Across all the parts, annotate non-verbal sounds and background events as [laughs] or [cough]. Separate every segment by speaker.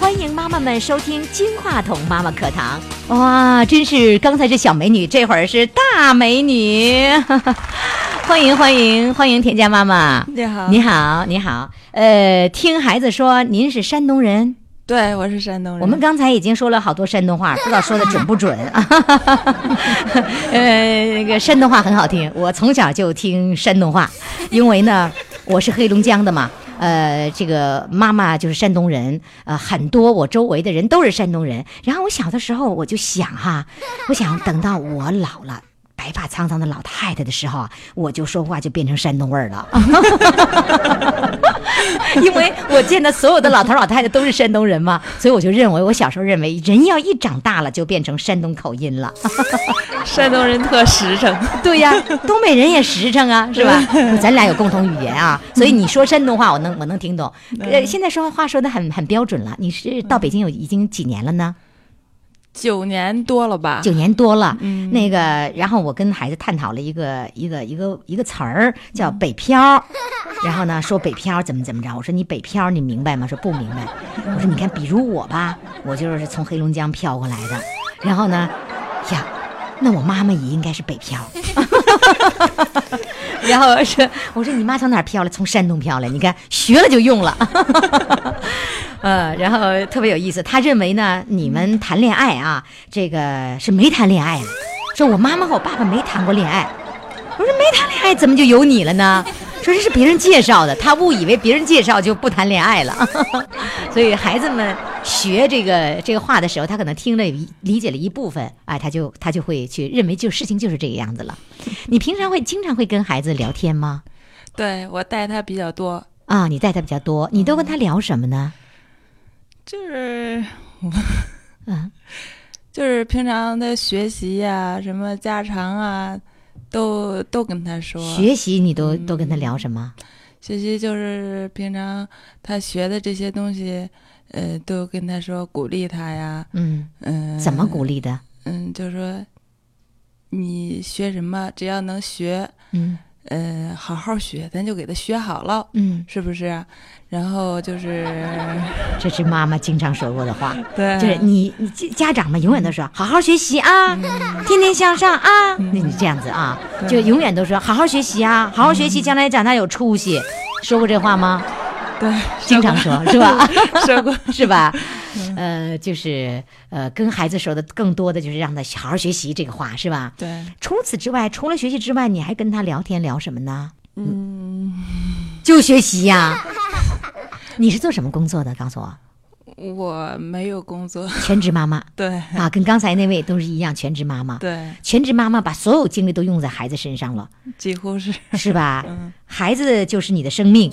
Speaker 1: 欢迎妈妈们收听金话筒妈妈课堂。
Speaker 2: 哇，真是刚才是小美女，这会儿是大美女， [laughs] 欢迎欢迎欢迎田家妈妈，
Speaker 3: 你好，
Speaker 2: 你好你好，呃，听孩子说您是山东人。
Speaker 3: 对，我是山东人。
Speaker 2: 我们刚才已经说了好多山东话，不知道说的准不准 [laughs] 啊？呃，那个山东话很好听，我从小就听山东话，因为呢，我是黑龙江的嘛。呃，这个妈妈就是山东人，呃，很多我周围的人都是山东人。然后我小的时候我就想哈、我想等到我老了。白发苍苍的老太太的时候啊，我就说话就变成山东味儿了。 [laughs] 因为我见的所有的老头老太太都是山东人 [laughs] 嘛，所以我就认为，我小时候认为，人要一长大了就变成山东口音了。
Speaker 3: 山东人特实诚，
Speaker 2: [laughs] 对呀、 [laughs] 东北人也实诚 [laughs] 啊，是吧？咱俩有共同语言啊，所以你说山东话，我能我能听懂。呃，现在说话说的很很标准了。你是到北京有已经几年了呢？
Speaker 3: 九年多了吧？
Speaker 2: 九年多了。那个，然后我跟孩子探讨了一个一个一个一个词儿，叫“北漂”。 [laughs] 然后呢，说北漂怎么怎么着？我说你北漂，你明白吗？说不明白。我说你看，比如我吧，我就是从黑龙江漂过来的。然后呢，呀，那我妈妈也应该是北漂。 [laughs] 然后说，我说你妈从哪儿飘来？从山东飘来。你看，学了就用了。呃，然后特别有意思，他认为呢，你们谈恋爱啊，这个是没谈恋爱的。说我妈妈和我爸爸没谈过恋爱，我说没谈恋爱怎么就有你了呢？说这是别人介绍的，他误以为别人介绍就不谈恋爱了。 [laughs] 所以孩子们学这个这个话的时候，他可能听了一理解了一部分，哎，他就他就会去认为就事情就是这个样子了。你平常会经常会跟孩子聊天吗？
Speaker 3: 对我带他比较多，
Speaker 2: 啊，你带他比较多，你都跟他聊什么呢？
Speaker 3: 就是
Speaker 2: 嗯，
Speaker 3: [laughs] 就是平常的学习呀、什么家常啊，都都跟他说。
Speaker 2: 学习你都都跟他聊什么？
Speaker 3: 学习就是平常他学的这些东西，呃，都跟他说，鼓励他呀，
Speaker 2: 嗯，
Speaker 3: 嗯、
Speaker 2: 怎么？鼓励的？
Speaker 3: 嗯，就说你学什么，只要能学，
Speaker 2: 嗯
Speaker 3: 呃，好好学，咱就给他学好了。
Speaker 2: 嗯，
Speaker 3: 是不是？然
Speaker 2: [laughs]
Speaker 3: 后就是，
Speaker 2: 这是妈妈经常说过的话，
Speaker 3: 对，
Speaker 2: 就是你你家家长们永远都说好好学习啊，天天向上啊，那你这样子啊，就
Speaker 3: 对
Speaker 2: 永远都说好好学习啊，好好学习，将来长大有出息。说过这话吗？
Speaker 3: 对，
Speaker 2: [laughs] 经常说，是吧？ [laughs]
Speaker 3: 说过，
Speaker 2: 是吧？呃，就是呃，跟孩子说的更多的就是让他好好学习这个话，是吧？
Speaker 3: 对，
Speaker 2: 除此之外，除了学习之外，你还跟他聊天聊什么呢？
Speaker 3: 嗯，
Speaker 2: [laughs] 就学习呀、 [laughs] 你是做什么工作的？告诉我，
Speaker 3: 我没有工作，
Speaker 2: 全职妈
Speaker 3: [laughs]
Speaker 2: 妈
Speaker 3: 对，
Speaker 2: 啊，跟刚才那位都是一样，全职妈妈。
Speaker 3: 对，
Speaker 2: 全职妈妈把所有精力都用在孩子身上了，
Speaker 3: 几乎是， [laughs]
Speaker 2: 是吧？
Speaker 3: 嗯，
Speaker 2: 孩子就是你的生命，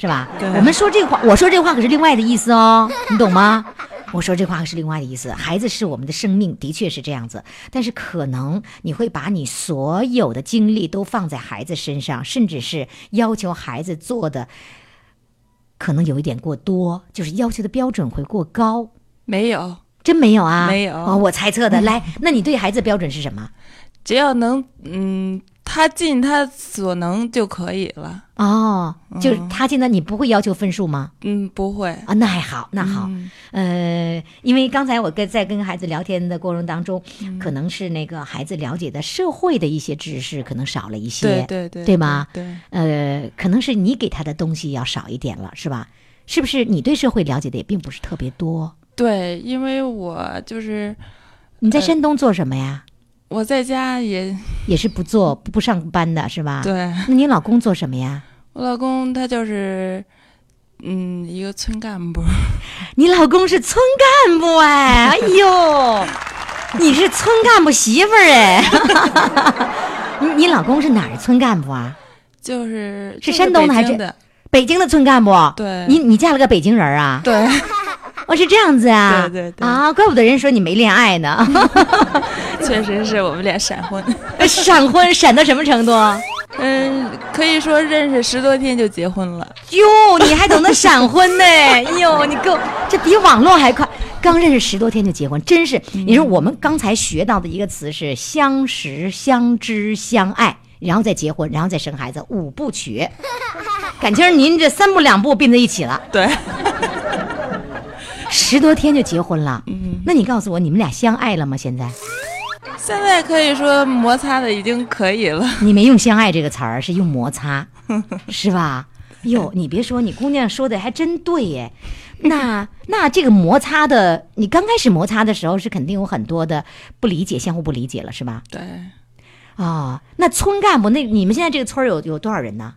Speaker 2: 是吧？
Speaker 3: 对
Speaker 2: 我们说这话，我说这话可是另外的意思哦，你懂吗？我说这话是另外的意思，孩子是我们的生命，的确是这样子。但是可能你会把你所有的精力都放在孩子身上，甚至是要求孩子做的，可能有一点过多，就是要求的标准会过高。
Speaker 3: 没有，
Speaker 2: 真没有啊？
Speaker 3: 没有
Speaker 2: 哦，我猜测的。
Speaker 3: [laughs]
Speaker 2: 来，那你对孩子标准是什么？
Speaker 3: 只要能，嗯，他尽他所能就可以了，
Speaker 2: 哦，就是他现在你不会要求分数吗？
Speaker 3: 嗯，不会，
Speaker 2: 啊，那还好，那好。
Speaker 3: 嗯
Speaker 2: 呃，因为刚才我跟在跟孩子聊天的过程当中，
Speaker 3: 嗯
Speaker 2: 可能是那个孩子了解的社会的一些知识可能少了一些，
Speaker 3: 对对对，
Speaker 2: 对吗？
Speaker 3: 对，
Speaker 2: 呃，可能是你给他的东西要少一点了，是吧？是不是你对社会了解的也并不是特别多？
Speaker 3: 对，因为我就是
Speaker 2: 你在
Speaker 3: 呃
Speaker 2: 山东做什么呀？
Speaker 3: 我在家也，
Speaker 2: 也是不做不不上班的是吧？。
Speaker 3: 对
Speaker 2: 那你老公做什么呀？
Speaker 3: 我老公他就是，嗯，一个村干部，
Speaker 2: 你老公是村干部哎，哎呦，你是村干部媳妇儿哎， [laughs] 你你老公是哪儿的村干部啊？
Speaker 3: 就是
Speaker 2: 是
Speaker 3: 就
Speaker 2: 山东的
Speaker 3: 北
Speaker 2: 还
Speaker 3: 京
Speaker 2: 是
Speaker 3: 的？
Speaker 2: 北京的村干部，
Speaker 3: 对，
Speaker 2: 你你嫁了个北京人儿啊？
Speaker 3: 对。
Speaker 2: [laughs] 哦，是这样子啊，
Speaker 3: 对对对
Speaker 2: 啊，怪不得人说你没恋爱呢， [laughs]
Speaker 3: [laughs] 确实是我们俩闪婚，
Speaker 2: 闪婚闪到什么程度？
Speaker 3: 嗯，可以说认识十多天就结婚了。
Speaker 2: 哟，你还懂得闪婚呢？哎呦，你够，这比网络还快。刚认识十多天就结婚，真是。你说我们刚才学到的一个词是相识、相知、相爱，然后再结婚，然后再生孩子，五部曲。感情您这三步两步并在一起了。
Speaker 3: 对，
Speaker 2: 十多天就结婚了。
Speaker 3: 嗯，
Speaker 2: 那你告诉我，你们俩相爱了吗？现在
Speaker 3: [laughs] 现在可以说摩擦的已经可以了。 [laughs]
Speaker 2: 你没用“相爱”这个词儿，是用摩擦，是吧？哟，你别说，你姑娘说的还真对耶。那那这个摩擦的，你刚开始摩擦的时候是肯定有很多的不理解，相互不理解了，是吧？
Speaker 3: 对，
Speaker 2: 啊、那村干部，那你们现在这个村儿有有多少人呢？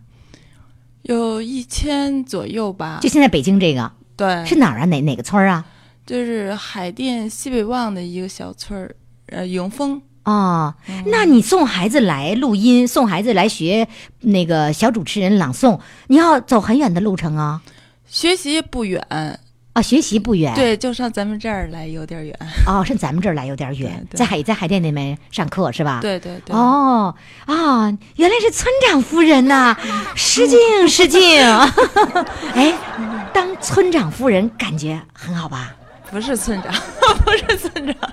Speaker 3: 有一千左右吧。
Speaker 2: 就现在北京这个
Speaker 3: 对，
Speaker 2: 是哪儿啊？哪哪个村儿啊？
Speaker 3: 就是海淀西北旺的一个小村儿，呃，永丰。
Speaker 2: 哦，那你送孩子来录音，送孩子来学那个小主持人朗诵，你要走很远的路程啊、
Speaker 3: 学习不远，
Speaker 2: 啊，学习不远，，
Speaker 3: 对，就上咱们这儿来有点远。
Speaker 2: 哦，上咱们这儿来有点远，
Speaker 3: 对对
Speaker 2: 在海在海淀那边上课是吧？。
Speaker 3: 对对对。
Speaker 2: 哦啊，原来是村长夫人呐、失敬失敬。 [laughs] 哎，当村长夫人感觉很好吧？
Speaker 3: 不是村长，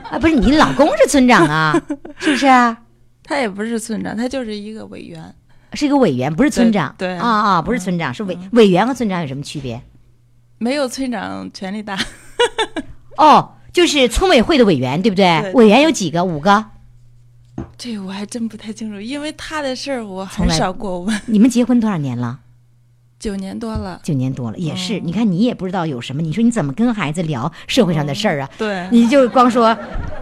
Speaker 2: 啊，不是你老公是村长
Speaker 3: [laughs]
Speaker 2: 啊，是不是啊？
Speaker 3: 他也不是村长，他就是一个委员。
Speaker 2: 是一个委员，不是村长。
Speaker 3: 对对嗯
Speaker 2: 啊啊，不是村长，是委委员和村长有什么区别？
Speaker 3: 没有村长权力大， [laughs]
Speaker 2: 哦，就是村委会的委员，对不对？
Speaker 3: 对
Speaker 2: 委员有几个？五个。
Speaker 3: 这个我还真不太清楚，因为他的事儿我
Speaker 2: 从
Speaker 3: 很
Speaker 2: 来
Speaker 3: 少过问。
Speaker 2: 你们结婚多少年了？
Speaker 3: 九年多了，
Speaker 2: 九年多了，也
Speaker 3: 哦
Speaker 2: 是。你看，你也不知道有什么，你说你怎么跟孩子聊社会上的事儿啊？
Speaker 3: 对，
Speaker 2: 你就光说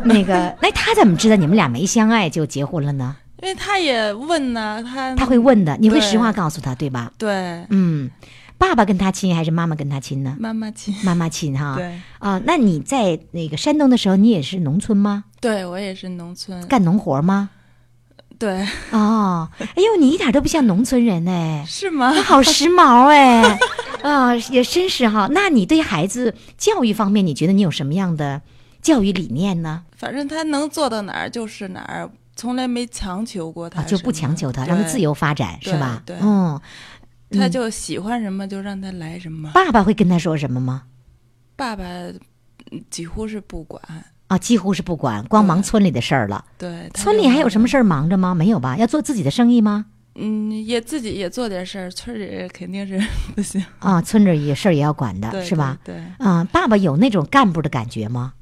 Speaker 2: 那个，那他怎么知道你们俩没相爱就结婚了呢？
Speaker 3: 因为他也问呢、他
Speaker 2: 他会问的，你会
Speaker 3: 嗯对
Speaker 2: 实话告诉他，对吧？
Speaker 3: 对
Speaker 2: 嗯，爸爸跟他亲还是妈妈跟他亲呢？
Speaker 3: 妈妈亲，
Speaker 2: 妈妈亲哈。
Speaker 3: 对，
Speaker 2: 啊，那你在那个山东的时候，你也是农村吗？
Speaker 3: 对我也是农村，
Speaker 2: 干农活吗？
Speaker 3: 对，
Speaker 2: 哦，哎呦，你一点都不像农村人哎，
Speaker 3: 是吗？
Speaker 2: [laughs] 好时髦哎， [laughs] 啊、也真是哈。那你对孩子教育方面，你觉得你有什么样的教育理念呢？
Speaker 3: 反正他能做到哪儿就是哪儿，从来没强求过他
Speaker 2: 啊，
Speaker 3: 什么，
Speaker 2: 就不强求他，
Speaker 3: 对
Speaker 2: 让他自，由发展是吧？
Speaker 3: 对对
Speaker 2: 嗯，
Speaker 3: 他就喜欢什么就让他来什么。
Speaker 2: 爸爸会跟他说什么吗？
Speaker 3: 爸爸嗯几乎是不管，
Speaker 2: 啊，几乎是不管，光忙村里的事儿了。
Speaker 3: 对，他
Speaker 2: 村里
Speaker 3: 就
Speaker 2: 还有什么事儿忙着吗？没有吧？要做自己的生意吗？
Speaker 3: 嗯，也自己也做点事儿，村里肯定是不行，
Speaker 2: 啊，村里也事儿也要管的
Speaker 3: 对
Speaker 2: 是吧？？
Speaker 3: 对，对
Speaker 2: 啊，爸爸有那种干部的感觉吗？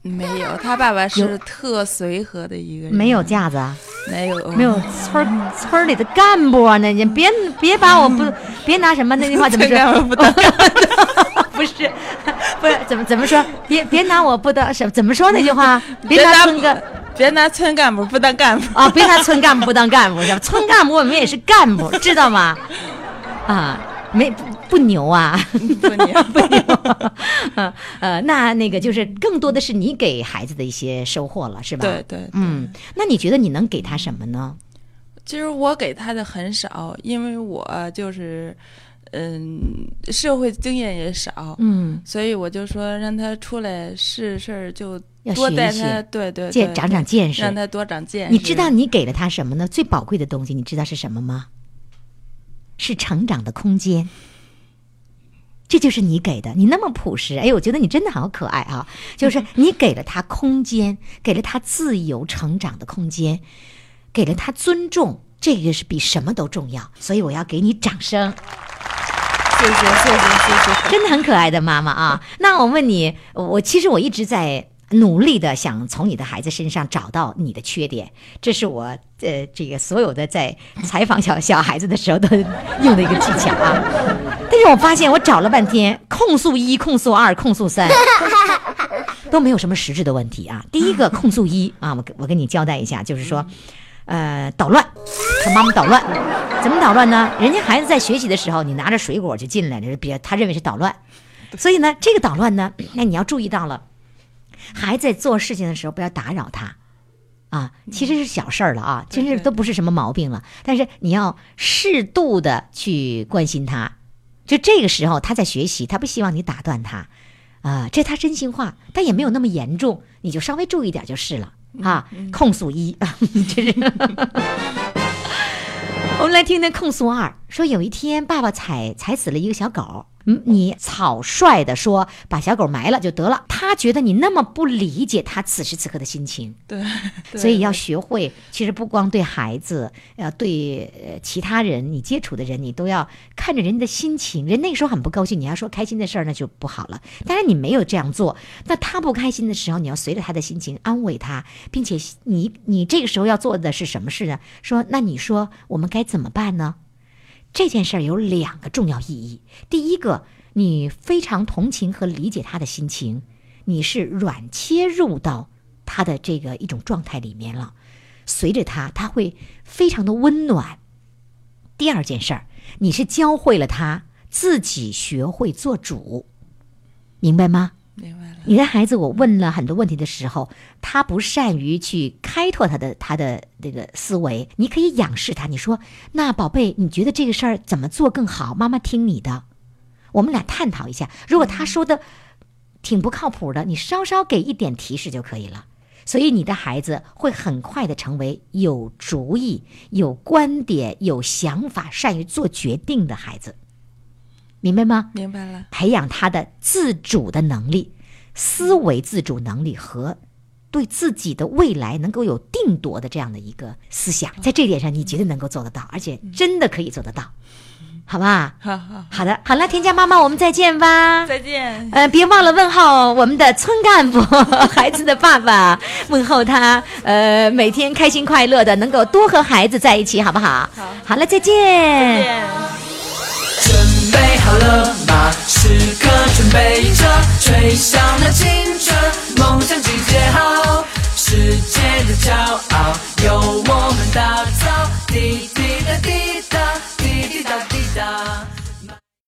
Speaker 3: 没有，他爸爸是特随和的一个人，
Speaker 2: 没有架子啊？
Speaker 3: 没有嗯
Speaker 2: 没有村儿村儿里的干部啊，那你别别把我
Speaker 3: [laughs]
Speaker 2: 不别拿什么那句话怎么
Speaker 3: 村
Speaker 2: 说？哦
Speaker 3: 干部不
Speaker 2: [laughs] 不是，不是怎么怎么说？别别拿我不当什么怎么说那句 [laughs] 话？别拿村干
Speaker 3: 别拿村干部不当干部，
Speaker 2: 啊，别拿村干部不当干部，是吧？ [laughs] 村干部我们也是干部，知道 [laughs] 吗？啊，没不不牛啊， [laughs]
Speaker 3: 不行，
Speaker 2: [laughs] 不牛。 [laughs] 啊呃，那那个就是更多的是你给孩子的一些收获了，是吧？
Speaker 3: [laughs] 对。对，
Speaker 2: 嗯，那你觉得你能给他什么呢？
Speaker 3: 其实我给他的很少，因为我就是，嗯，社会经验也少，
Speaker 2: 嗯，
Speaker 3: 所以我就说让他出来试事儿，就
Speaker 2: 要
Speaker 3: 多
Speaker 2: 学一
Speaker 3: 带
Speaker 2: 学
Speaker 3: 他，对对
Speaker 2: 见
Speaker 3: 对，
Speaker 2: 长长见识。
Speaker 3: 让他多长见识。
Speaker 2: 你知道你给了他什么呢？最宝贵的东西，你知道是什么吗？是成长的空间。这就是你给的，你那么朴实，哎，我觉得你真的好可爱啊！就是你给了他空间，给了他自由成长的空间，给了他尊重，这个是比什么都重要。所以我要给你掌声，
Speaker 3: 谢谢谢谢谢
Speaker 2: [laughs]
Speaker 3: 谢。
Speaker 2: 真的很可爱的妈妈啊！那我问你，我其实我一直在努力的想从你的孩子身上找到你的缺点，这是我呃这个所有的在采访小小孩子的时候都用的一个技巧啊。但是我发现我找了半天，控诉一、控诉二、控诉三。都没有什么实质的问题啊。第一个控诉一啊，我跟我跟你交代一下，就是说，呃，捣乱，说妈妈捣乱，怎么捣乱呢？人家孩子在学习的时候，你拿着水果就进来，这是别他认为是捣乱，所以呢，这个捣乱呢， [clears throat] 那你要注意到了，孩子在做事情的时候不要打扰他。啊，其实是小事儿了啊，其实
Speaker 3: 对
Speaker 2: 都不是什么毛病了。但是你要适度的去关心他，就这个时候他在学习，他不希望你打断他。啊，这他真心话，但也没有那么严重，你就稍微注意点就是了啊。控诉一，这是。我们来听听控诉二，说有一天爸爸踩踩死了一个小狗，嗯你草率的说把小狗埋了就得了，他觉得你那么不理解他此时此刻的心情，
Speaker 3: 对，对
Speaker 2: 所以要学会，其实不光对孩子，呃，对呃其他人，你接触的人，你都要看着人家的心情。人那个时候很不高兴，你要说开心的事儿，那就不好了。当然你没有这样做，那他不开心的时候，你要随着他的心情安慰他，并且你你这个时候要做的是什么事呢？说，那你说我们该怎么办呢？这件事儿有两个重要意义。第一个，你非常同情和理解他的心情，你是软切入到他的这个一种状态里面了，随着他，他会非常的温暖。第二件事儿，你是教会了他自己学会做主，明白吗？
Speaker 3: 明白了，
Speaker 2: 你的孩子，我问了很多问题的时候，他不善于去开拓他的他的这个思维，你可以仰视他。你说：“那宝贝，你觉得这个事儿怎么做更好？妈妈听你的，我们俩探讨一下。如果
Speaker 3: 嗯
Speaker 2: 他说的挺不靠谱的，你稍稍给一点提示就可以了。”所以你的孩子会很快的成为有主意、有观点、有想法、善于做决定的孩子，明白吗？
Speaker 3: 明白了，
Speaker 2: 培养他的自主的能力、思维自主能力和对自己的未来能够有定夺的这样的一个思想，在这点上你绝对能够做得到，而且真的可以做得到，好吧？
Speaker 3: 好好，
Speaker 2: 好的，好了，田家妈妈，我们再见吧。
Speaker 3: 再见，
Speaker 2: 呃，别忘了问候我们的村干部 [laughs] 孩子的爸爸，问候他，呃，每天开心快乐的，能够多和孩子在一起，好不好？
Speaker 3: 好
Speaker 2: 好了，再见。
Speaker 3: 再见。
Speaker 4: 准备好了吗？时刻准备着，吹响那金